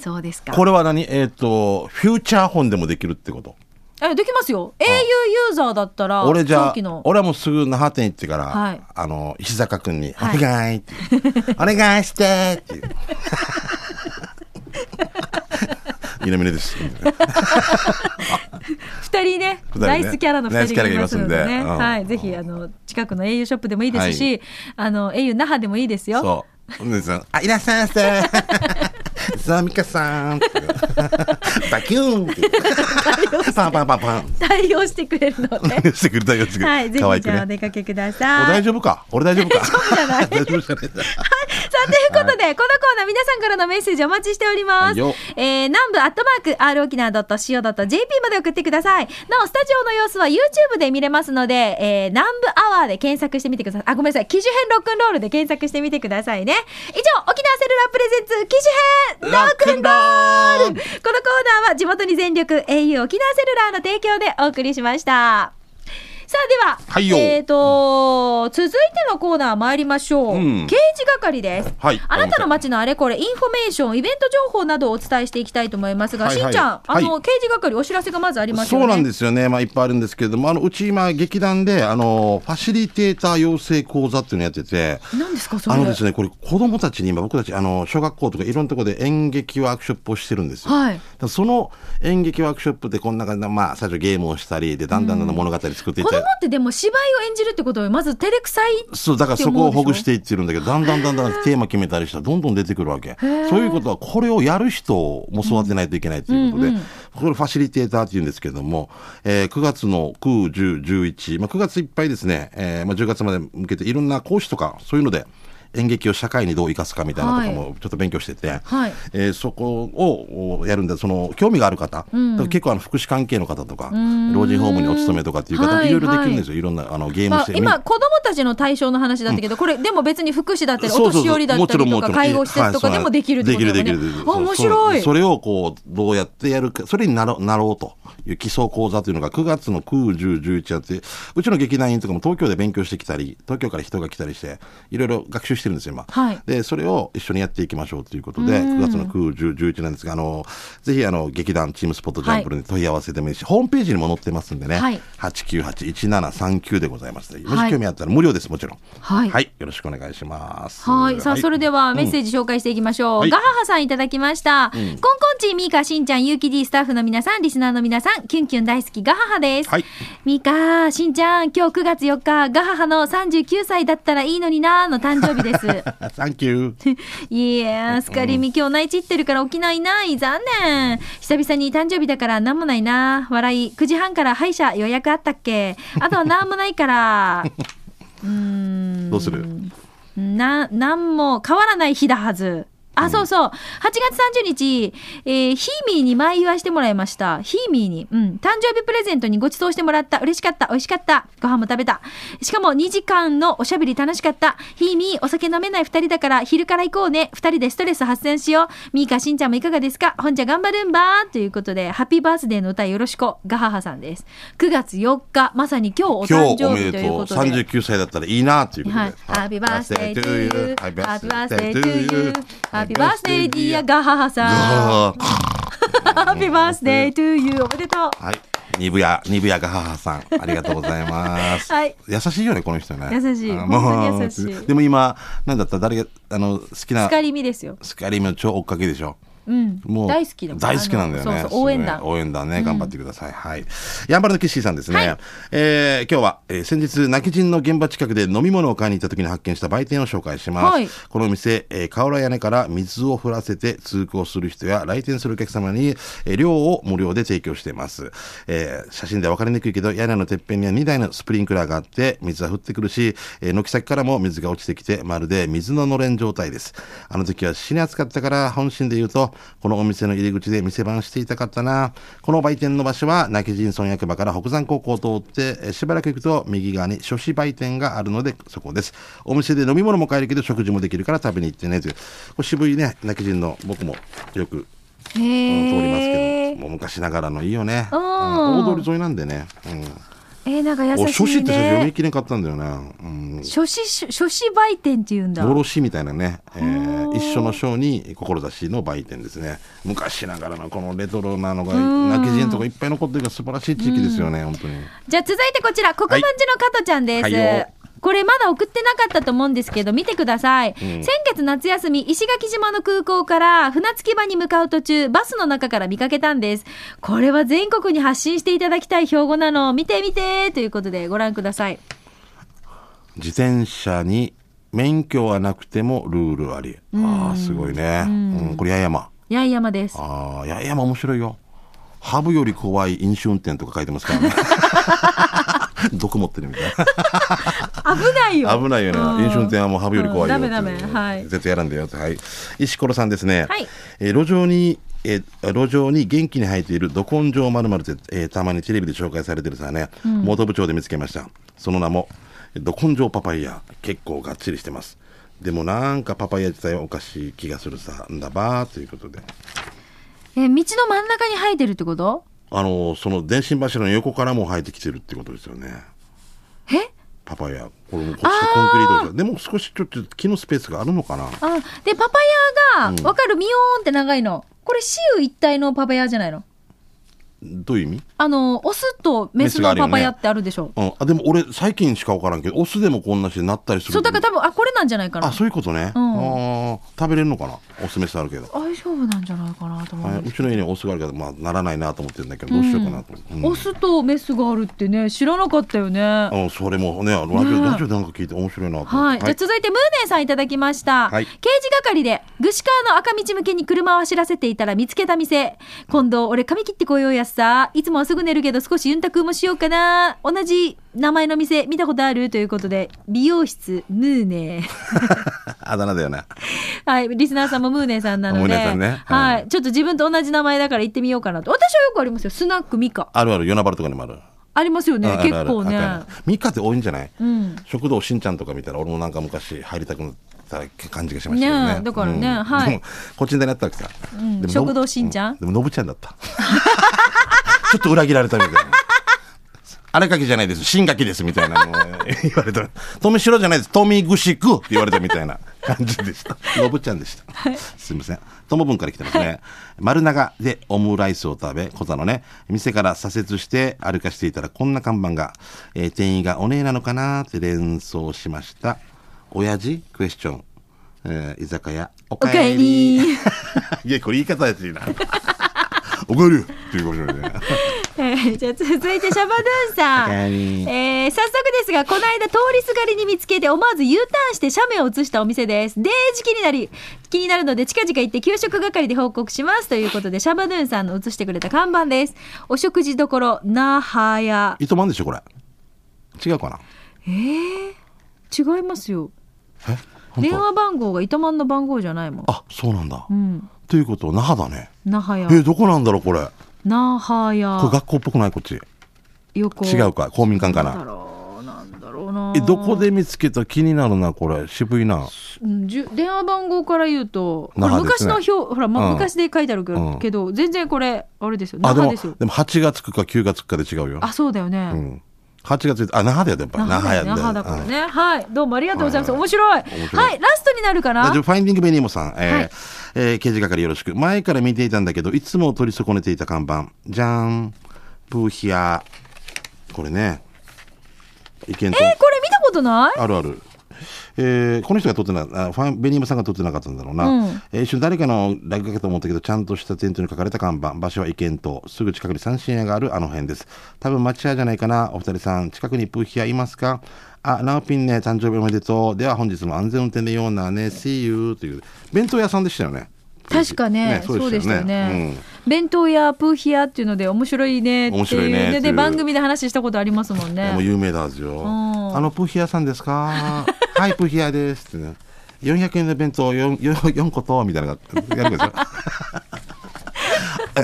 [SPEAKER 1] そうですか。
[SPEAKER 2] これは何えっ、と、フューチャー本でもできるってこと
[SPEAKER 1] え、できますよ。au ユーザーだったら、
[SPEAKER 2] 俺じゃ
[SPEAKER 1] さっきの、
[SPEAKER 2] 俺はもうすぐ那覇店行ってから、
[SPEAKER 1] はい
[SPEAKER 2] あの、石坂くんに、
[SPEAKER 1] はい
[SPEAKER 2] お願い って、お願いしてって いう。稲峰です。
[SPEAKER 1] 二人ね、
[SPEAKER 2] 二人ね
[SPEAKER 1] ナイスキャラの二人がいますので
[SPEAKER 2] ナイスキャラがい
[SPEAKER 1] ね。
[SPEAKER 2] ますんでうん
[SPEAKER 1] はい。ぜひ、あの、近くの au ショップでもいいですし、あの、au 那覇でもいいですよ。
[SPEAKER 2] そう。でそのあ、いらっしゃいませ。ザミカさんって。バキューンって。パンパンパンパン。
[SPEAKER 1] 対応してくれるので。
[SPEAKER 2] してくれたよ、してくれた
[SPEAKER 1] はい、ぜ
[SPEAKER 2] 可愛
[SPEAKER 1] ひじ
[SPEAKER 2] く
[SPEAKER 1] ゃあお
[SPEAKER 2] ね。
[SPEAKER 1] 出かけくだ
[SPEAKER 2] お
[SPEAKER 1] さい。
[SPEAKER 2] 大丈夫か俺大丈夫 か
[SPEAKER 1] ない
[SPEAKER 2] 大丈夫じゃないんだ。
[SPEAKER 1] さあ、ということで、このコーナー皆さんからのメッセージお待ちしておりま
[SPEAKER 2] はい
[SPEAKER 1] す。
[SPEAKER 2] よ
[SPEAKER 1] えー、南部アットマーク、r 沖縄 .co.jp まで送ってください。なお、スタジオの様子は YouTube で見れますので、えー、南部アワーで検索してみてください。あ、ごめんなさい。機種編ロックンロールで検索してみてくださいね。以上、沖縄セルラープレゼンツ、機種編ロックンロールこのコーナーは地元に全力 au 沖縄セルラーの提供でお送りしました。さあ、では、
[SPEAKER 2] はいよ
[SPEAKER 1] えーと、続いてのコーナー参りましょう。
[SPEAKER 2] うん
[SPEAKER 1] 刑事係です。
[SPEAKER 2] はい
[SPEAKER 1] あなたの街のあれこれ、インフォメーション、イベント情報などをお伝えしていきたいと思いますが、
[SPEAKER 2] はいはい
[SPEAKER 1] しんちゃん、あの、
[SPEAKER 2] はい
[SPEAKER 1] 刑事係お知らせがまずありますよ
[SPEAKER 2] そ
[SPEAKER 1] ね。。
[SPEAKER 2] うなんですすよね、まあ、いっぱいあるんですけれども、あのうち今、劇団であのファシリテーター養成講座っていうのやってて、
[SPEAKER 1] 何ですか、それ。
[SPEAKER 2] あのですね、これ、子供たちに今、僕たち、あの小学校とかいろんなところで演劇ワークショップをしてるんですよ。
[SPEAKER 1] はい。
[SPEAKER 2] だからその演劇ワークショップでこんな感じで、まあ、最初ゲームをしたりでだんだんだんだん物語作っていっ
[SPEAKER 1] 子
[SPEAKER 2] て、
[SPEAKER 1] 供ってでも芝居を演じるってことは、まず照れくさい。
[SPEAKER 2] そうだからそこをほぐしていってるんだけどだんだんだんだんテーマ決めたりしたらどんどん出てくるわけそういうことはこれをやる人も育てないといけないということで、これファシリテーターっていうんですけれども、えー9月の9、10、11、まあ、9月いっぱいですね、えーまあ、10月まで向けていろんな講師とかそういうので演劇を社会にどう生かすかみたいなのとかもちょっと勉強してて、
[SPEAKER 1] はい
[SPEAKER 2] えーそこをおやるんでその興味がある方、だから結構あの福祉関係の方とか老人ホームにお勤めとかっていう方もいろいろできるんですよ、いろんなあのゲーム
[SPEAKER 1] まあ
[SPEAKER 2] し、て
[SPEAKER 1] 今、子供たちの対象の話だったけど、これ、でも別に福祉だったり、
[SPEAKER 2] そ
[SPEAKER 1] お
[SPEAKER 2] うそうそう
[SPEAKER 1] 年寄りだった
[SPEAKER 2] も
[SPEAKER 1] り
[SPEAKER 2] ちろ
[SPEAKER 1] と
[SPEAKER 2] んもち
[SPEAKER 1] か、
[SPEAKER 2] ろん
[SPEAKER 1] 介護施設とかでもできるってこと
[SPEAKER 2] はいそう
[SPEAKER 1] だ
[SPEAKER 2] な
[SPEAKER 1] よ
[SPEAKER 2] んできるでき
[SPEAKER 1] ね
[SPEAKER 2] る。
[SPEAKER 1] あ、
[SPEAKER 2] そう
[SPEAKER 1] 面白い。
[SPEAKER 2] そうそれをこうどうやってやるかそれになろなろうという基礎講座というのが9月の9、10、11やってうちの劇団員とかも東京で勉強してきたり東京から人が来たりしていろいろ学習してるんですよ今、
[SPEAKER 1] はい
[SPEAKER 2] でそれを一緒にやっていきましょうということで9月の9、10、11なんですがあのぜひあの劇団チームスポットジャンプルに問い合わせてもいいし、ホームページにも載ってますんでね、
[SPEAKER 1] はい
[SPEAKER 2] 8981739でございますのでも
[SPEAKER 1] は
[SPEAKER 2] し
[SPEAKER 1] い
[SPEAKER 2] 興味あったら無料ですもちろん
[SPEAKER 1] はい
[SPEAKER 2] はい、よろしくお願いします
[SPEAKER 1] はい。さあ、それではメッセ
[SPEAKER 2] ージ、
[SPEAKER 1] ージ紹介していきましょう。
[SPEAKER 2] はい
[SPEAKER 1] ガハハさんいただきました。コンコンチー、ミーカ、しんちゃん、ゆうき D スタッフの皆さん、リスナーの皆さん、キュンキュン大好き、ガハハです。
[SPEAKER 2] はい
[SPEAKER 1] ミーカ、しんちゃん、今日9月4日、ガハハの39歳だったらいいのになーの誕生日です。
[SPEAKER 2] うんサンキュー。
[SPEAKER 1] いやスカリミ今日内地行ってるから沖縄いない残念久々に誕生日だから何もないな笑い9時半から歯医者予約あったっけあとは何もないからうーん
[SPEAKER 2] どうする
[SPEAKER 1] な何も変わらない日だはずあ、そうそう。8月30日、えーヒーミーに前祝いしてもらいました。ヒーミーに。うん。誕生日プレゼントにご馳走してもらった。嬉しかった。美味しかった。ご飯も食べた。しかも2時間のおしゃべり楽しかった。ヒーミー、お酒飲めない2人だから昼から行こうね。2人でストレス発散しよう。ミーかしんちゃんもいかがですか本ちゃん頑張るんばー。ということで、ハッピーバースデーの歌よろしく。ガハハさんです。9月4日、まさに今日お
[SPEAKER 2] 今
[SPEAKER 1] 誕
[SPEAKER 2] 日お
[SPEAKER 1] 生
[SPEAKER 2] め
[SPEAKER 1] 日と
[SPEAKER 2] で
[SPEAKER 1] いう
[SPEAKER 2] と
[SPEAKER 1] こ
[SPEAKER 2] う。
[SPEAKER 1] とで。
[SPEAKER 2] 三十九歳だったらいいなということで。
[SPEAKER 1] はい、Happy birthday to you Happy birthday to you Happy birthday dear
[SPEAKER 2] ガ
[SPEAKER 1] ガハハさん
[SPEAKER 2] ー。
[SPEAKER 1] Happy birthday to you おめでとう
[SPEAKER 2] はい、ニブヤ、ニブヤガハハさん、ありがとうございます。
[SPEAKER 1] はい
[SPEAKER 2] 優しいよね、この人ね。
[SPEAKER 1] 優しい
[SPEAKER 2] あ
[SPEAKER 1] 本当に優しい
[SPEAKER 2] もうでも今、なんだった、誰が、あの、好きな
[SPEAKER 1] ス。カリミですよ
[SPEAKER 2] スカリミの超追っかけでしょ。
[SPEAKER 1] うん
[SPEAKER 2] もう
[SPEAKER 1] 大好きだもん
[SPEAKER 2] 大好きなんだよ
[SPEAKER 1] あの
[SPEAKER 2] ね。
[SPEAKER 1] そうそう応援団
[SPEAKER 2] すごい応援団ね、頑張ってください。はい。ヤンバルのキッシーさんですね。えー今日は、えー先日、泣き人の現場近くで飲み物を買いに行った時に発見した売店を紹介します。
[SPEAKER 1] はい
[SPEAKER 2] このお店、えー瓦屋根から水を降らせて通行する人や来店するお客様に、えー量を無料で提供しています。えー写真では分かりにくいけど、屋根のてっぺんには2台のスプリンクラーがあって、水は降ってくるし、えー軒先からも水が落ちてきて、まるで水ののれん状態です。あの時は死に暑かったから、本心で言うと、このお店の入り口で店番していたかったな。この売店の場所は、泣き人村役場から北山高校を通って、えーしばらく行くと右側に書士売店があるので、そこです。お店で飲み物も買えるけど、食事もできるから食べに行ってね、という。これ渋いね、泣き人の僕もよ
[SPEAKER 1] へ
[SPEAKER 2] く、うん通りますけ
[SPEAKER 1] え
[SPEAKER 2] ど、もう昔ながらのいいよね。
[SPEAKER 1] う
[SPEAKER 2] うんん大通り沿いなんでね。
[SPEAKER 1] えーなんか
[SPEAKER 2] う
[SPEAKER 1] 優
[SPEAKER 2] ん。お、書
[SPEAKER 1] し
[SPEAKER 2] 士
[SPEAKER 1] い
[SPEAKER 2] って最初読み
[SPEAKER 1] ね
[SPEAKER 2] 切れんかったんだよね。うん。
[SPEAKER 1] 書士書士売店っていうんだ
[SPEAKER 2] おろしみたいなね、えー
[SPEAKER 1] はあ
[SPEAKER 2] 一緒の章に志の売店ですね昔ながらのこのレトロなのが
[SPEAKER 1] うん
[SPEAKER 2] 泣き人とかいっぱい残ってるから素晴らしい地域ですよね、本当に
[SPEAKER 1] じゃあ続いてこちら黒板寺の加トちゃんです、
[SPEAKER 2] はいよ
[SPEAKER 1] これまだ送ってなかったと思うんですけど見てください、先月夏休み石垣島の空港から船着き場に向かう途中バスの中から見かけたんですこれは全国に発信していただきたい標語なの見て見てということでご覧ください
[SPEAKER 2] 自転車に免許はなくてもルールあり、ああすごいね、うん、これ八重山
[SPEAKER 1] 八重山です
[SPEAKER 2] ああ八重山面白いよハブより怖い飲酒運転とか書いてますか らね毒持ってるみたい
[SPEAKER 1] 危 ないよ
[SPEAKER 2] 危ないよ
[SPEAKER 1] う
[SPEAKER 2] なん飲酒運転はもうハブより怖いよ
[SPEAKER 1] うん
[SPEAKER 2] って
[SPEAKER 1] ダメ
[SPEAKER 2] いう
[SPEAKER 1] ダメはい
[SPEAKER 2] 絶対やらんだよってはい石ころさんですね、
[SPEAKER 1] はい
[SPEAKER 2] えー路上にえー路上に元気に生えているど根性まるまるって、えーたまにテレビで紹介されてるさね、元部長で見つけましたその名もど根性パパイヤ結構がっちりしてますでもなんかパパイヤ自体はおかしい気がするさんだばーということで
[SPEAKER 1] え道の真ん中に生えてるってこと
[SPEAKER 2] あのーその電信柱の横からも生えてきてるってことですよね
[SPEAKER 1] え
[SPEAKER 2] パパイヤこれもこっちはコンクリートでしょでも少しちょっと木のスペースがあるのかな
[SPEAKER 1] あでパパイヤがわかるミヨーンって長いのこれ雌雄一体のパパイヤじゃないの
[SPEAKER 2] どういう意味
[SPEAKER 1] あの、オスとメス
[SPEAKER 2] メスがあ
[SPEAKER 1] の
[SPEAKER 2] るよ
[SPEAKER 1] パ
[SPEAKER 2] ね
[SPEAKER 1] パイヤってあるでしょ。
[SPEAKER 2] うん、あでも俺最近しか分からんけどオスでもこんなしてなったりする
[SPEAKER 1] そう、だから多分、あ、これなんじゃないかな
[SPEAKER 2] あ。そういうことね、
[SPEAKER 1] うん
[SPEAKER 2] あー食べれるのかなオスメスあるけど、
[SPEAKER 1] 大丈夫なんじゃないかなと思
[SPEAKER 2] あ
[SPEAKER 1] うん
[SPEAKER 2] う
[SPEAKER 1] です
[SPEAKER 2] ちの家にオスがあるけど、まあ、ならないなと思ってるんだけどどうしようかなと思って、うん
[SPEAKER 1] オスとメスがあるってね、知らなかったよね。は
[SPEAKER 2] うんそれもねラジオ
[SPEAKER 1] ね
[SPEAKER 2] ラジオでなんか聞いて面白いなと思って、
[SPEAKER 1] い。じゃあ続いて、ムーネンさんいただきました。
[SPEAKER 2] はい
[SPEAKER 1] 刑事係で、ぐし川の赤道向けに車を走らせていたら見つけた店。今度、俺髪切ってこようやっさ。いつもはすぐ寝るけど、少しユンタクもしようかな。同じ名前の店、見たことあるということで、美容室、ムーネン。
[SPEAKER 2] あだ名だよね
[SPEAKER 1] はい、リスナーさんもムーネンさんなので、
[SPEAKER 2] ムーネンさんね
[SPEAKER 1] はい、
[SPEAKER 2] う
[SPEAKER 1] ちょっと自分と同じ名前だから行ってみようかなと。私はよくありますよ。スナックミカ。
[SPEAKER 2] あるある夜なばるとかにもある、
[SPEAKER 1] ありますよね
[SPEAKER 2] あ。あ
[SPEAKER 1] 結
[SPEAKER 2] るある
[SPEAKER 1] 構ね。
[SPEAKER 2] あとねミカって多いんじゃない、
[SPEAKER 1] うん。
[SPEAKER 2] 食堂しんちゃんとか見たら俺もなんか昔入りたくなった感じがしましたよね
[SPEAKER 1] ねえだからね
[SPEAKER 2] うん
[SPEAKER 1] はい
[SPEAKER 2] でもこっちになったわけさ、
[SPEAKER 1] ん
[SPEAKER 2] でも
[SPEAKER 1] 食堂しんちゃん
[SPEAKER 2] うでものぶちゃんだった ちょっと裏切られたみたいなあれかきじゃないです新垣ですみたいなのを 言われた富城じゃないです富串くって言われたみたいな感じでしたのぶちゃんでした、すいません友分から来てますね、丸長でオムライスを食べ小座のね店から左折して歩かしていたらこんな看板が、えー店員がお姉なのかなって連想しました親父クエスチョン、えー居酒屋お
[SPEAKER 1] おかえり
[SPEAKER 2] いやこれ 言い方やついいなおかえりっていうことでね
[SPEAKER 1] えーじゃあ続いてシャバドゥンさん。
[SPEAKER 2] おかえり
[SPEAKER 1] えー早速ですが、この間通りすがりに見つけて思わず U ターンして写メを写したお店です。デージ気になり、気になるので近々行って給食係で報告します。ということで、シャバドゥンさんの写してくれた看板です。お食事処、なはや。
[SPEAKER 2] 糸満でしょこれ違うかな
[SPEAKER 1] えー、違いますよ。
[SPEAKER 2] え本
[SPEAKER 1] 電
[SPEAKER 2] 当
[SPEAKER 1] 話番号が糸満の番号じゃないもん。
[SPEAKER 2] あそうなんだ、
[SPEAKER 1] うん。
[SPEAKER 2] ということは那覇だね
[SPEAKER 1] 那覇
[SPEAKER 2] え
[SPEAKER 1] や。
[SPEAKER 2] ーどこなんだろうこれ
[SPEAKER 1] 那覇
[SPEAKER 2] これ
[SPEAKER 1] や。
[SPEAKER 2] 学校っぽくないこっち
[SPEAKER 1] 横。
[SPEAKER 2] 違う。か公民館か
[SPEAKER 1] なんだ
[SPEAKER 2] な
[SPEAKER 1] ろう。なんだろうな。
[SPEAKER 2] えどこで見つけた気になるなこれ渋いな
[SPEAKER 1] うんじゅ電話番号から言うと、これ
[SPEAKER 2] 那覇で
[SPEAKER 1] 昔
[SPEAKER 2] す
[SPEAKER 1] の
[SPEAKER 2] ね
[SPEAKER 1] 表、ほら、ま
[SPEAKER 2] うん
[SPEAKER 1] 昔で書いてあるけど、
[SPEAKER 2] うん
[SPEAKER 1] けど全然これ、あれですよ。
[SPEAKER 2] あ
[SPEAKER 1] 那
[SPEAKER 2] で
[SPEAKER 1] 覇
[SPEAKER 2] も
[SPEAKER 1] ですよ。
[SPEAKER 2] でも8がつくか9がつくかで違うよ
[SPEAKER 1] あ、そうだよね。
[SPEAKER 2] うん8がついてあ那覇だよやっぱ
[SPEAKER 1] 那
[SPEAKER 2] 那覇
[SPEAKER 1] 覇
[SPEAKER 2] や
[SPEAKER 1] だよ
[SPEAKER 2] ん
[SPEAKER 1] 那覇だからね、はいどうもありがとうございます、
[SPEAKER 2] はい
[SPEAKER 1] 面白い
[SPEAKER 2] 面白い
[SPEAKER 1] はいラストになるかな
[SPEAKER 2] ラジオファインディングベニーモさん、えー
[SPEAKER 1] はい
[SPEAKER 2] えー刑事係よろしく。前から見ていたんだけど、いつも取り損ねていた看板。じゃーん。ブーヒアー。これね。意見と、
[SPEAKER 1] えこれ見たことない
[SPEAKER 2] あるある。えーこの人が撮ってなあファンベニームさんが撮ってなかったんだろうな、
[SPEAKER 1] うん
[SPEAKER 2] えー一緒に誰かの落書きかと思ったけどちゃんとしたテントに書かれた看板場所は意見とすぐ近くに三振屋があるあの辺です多分町屋じゃないかなお二人さん近くにプーヒアいますかあ、ナオピンね、誕生日おめでとう。では本日も安全運転でようなね、See you という、弁当屋さんでしたよね。
[SPEAKER 1] 確かねそうでしたよね、弁当やプーヒアっていうので面白いねって
[SPEAKER 2] 面白
[SPEAKER 1] い
[SPEAKER 2] いうねってい
[SPEAKER 1] ね
[SPEAKER 2] う
[SPEAKER 1] で番組で話したことありますもん
[SPEAKER 2] うんもう
[SPEAKER 1] ね
[SPEAKER 2] 有名なんですよ。
[SPEAKER 1] ん
[SPEAKER 2] あの、プーヒアさんで すかはい、プーヒアですってね。400円の弁当 4, 4個と、みたいなのがやる わけで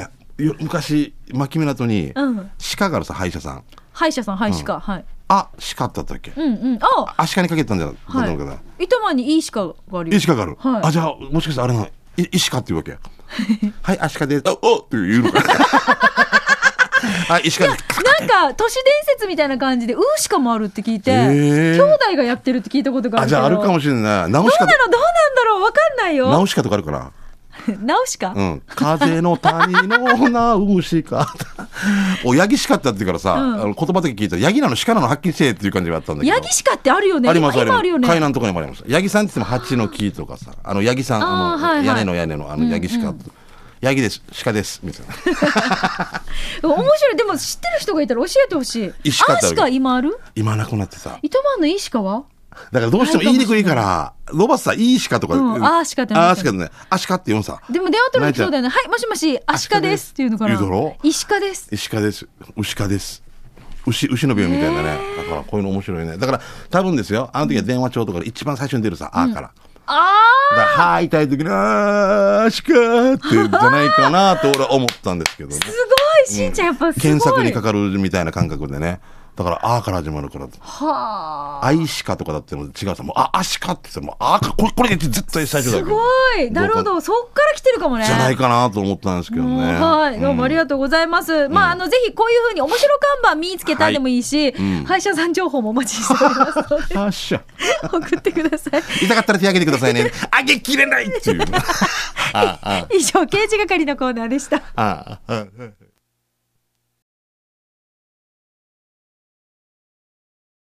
[SPEAKER 2] すよえよ。昔、牧港に
[SPEAKER 1] うん
[SPEAKER 2] 鹿があるさ、歯医者さん。
[SPEAKER 1] 歯医者さん歯医師か、はい
[SPEAKER 2] あ、鹿だったっけ
[SPEAKER 1] うんうんあ
[SPEAKER 2] アシカにかけてたんじゃなかった
[SPEAKER 1] は
[SPEAKER 2] のかな、
[SPEAKER 1] い糸満にいい歯科があるよ
[SPEAKER 2] イシカがある、
[SPEAKER 1] はい
[SPEAKER 2] あじゃあもしかしてあれなのいイシカっていうわ けはいアシカであおって言うのかなはいイシカです
[SPEAKER 1] なんか都市伝説みたいな感じでウーシカもあるって聞いて、
[SPEAKER 2] へー
[SPEAKER 1] 兄弟がやってるって聞いたことがあ
[SPEAKER 2] あ
[SPEAKER 1] るけ
[SPEAKER 2] じ
[SPEAKER 1] ど
[SPEAKER 2] ゃああるかもしれないナウシ
[SPEAKER 1] ど
[SPEAKER 2] カ
[SPEAKER 1] うなのどうなんだろうわかんない
[SPEAKER 2] ナ
[SPEAKER 1] よ
[SPEAKER 2] ウシカとかあるから
[SPEAKER 1] ナウシカ、
[SPEAKER 2] うん風の谷のナウ シカおヤギシカってやってるからさ、
[SPEAKER 1] うん
[SPEAKER 2] あの言葉だけ聞いたらヤギなのシカなのはっきりせえっていう感じがあったんだけど
[SPEAKER 1] ヤギシカってあるよね
[SPEAKER 2] あります
[SPEAKER 1] 今
[SPEAKER 2] あり
[SPEAKER 1] 今
[SPEAKER 2] ま
[SPEAKER 1] あるよ
[SPEAKER 2] す
[SPEAKER 1] ね
[SPEAKER 2] 海南とかにもありますヤギさんって言っても蜂の木とかさあのヤギさんあ
[SPEAKER 1] あー
[SPEAKER 2] の、
[SPEAKER 1] はいはい
[SPEAKER 2] 屋根の屋根のあのヤギシカ、ヤギですシカですみた いな
[SPEAKER 1] 面白いでも知ってる人がいたら教えてほしい
[SPEAKER 2] いシカ
[SPEAKER 1] あ
[SPEAKER 2] ってある
[SPEAKER 1] シカ今ある
[SPEAKER 2] 今なくなってさ
[SPEAKER 1] 糸満のいいシカは
[SPEAKER 2] だからどうしても言いにくいから、ロバスさ、いい鹿とか、
[SPEAKER 1] うんあーしかってな
[SPEAKER 2] あ
[SPEAKER 1] い
[SPEAKER 2] ーしかね、あしかって読むさ。
[SPEAKER 1] でも電話取るとそうだよね。はい、もしもし、アシカですっていうのかな。
[SPEAKER 2] 言うだろ
[SPEAKER 1] イシカです。
[SPEAKER 2] 石鹿です、牛鹿です。牛、牛の病みたいなね。だから、こういうの面白いね。だから、多分ですよ、あの時は電話帳とかで一番最初に出るさ、あーから。
[SPEAKER 1] あ
[SPEAKER 2] だから、はーい、痛い時に、あーしかーって、じゃないかなと俺は思ったんですけどね。
[SPEAKER 1] ーすごいしんちゃんやっぱすごい。
[SPEAKER 2] 検索にかかるみたいな感覚でね。だから、あーから始まるから。
[SPEAKER 1] はあ。
[SPEAKER 2] アイシカとかだっての違うさ、もう、あ、アシカってさ、もう、あーか、これ、これで絶対最初だ
[SPEAKER 1] す
[SPEAKER 2] けど。
[SPEAKER 1] ごい。なるほど。そっから来てるかもね。
[SPEAKER 2] じゃないかなと思ったんですけど
[SPEAKER 1] もう
[SPEAKER 2] ね。
[SPEAKER 1] はい、どうもありがとうございます。まあ、あの、ぜひこういうふうに面白看板見つけたでもいいし、歯医者さん情報もお待ちしており ますので、
[SPEAKER 2] あっしゃ。
[SPEAKER 1] 送ってください。
[SPEAKER 2] 痛かったら手挙げてくださ いね。あげきれないっていう。ああ、
[SPEAKER 1] 以上、刑事係のコーナーでした。
[SPEAKER 2] 啊ああ、ああ。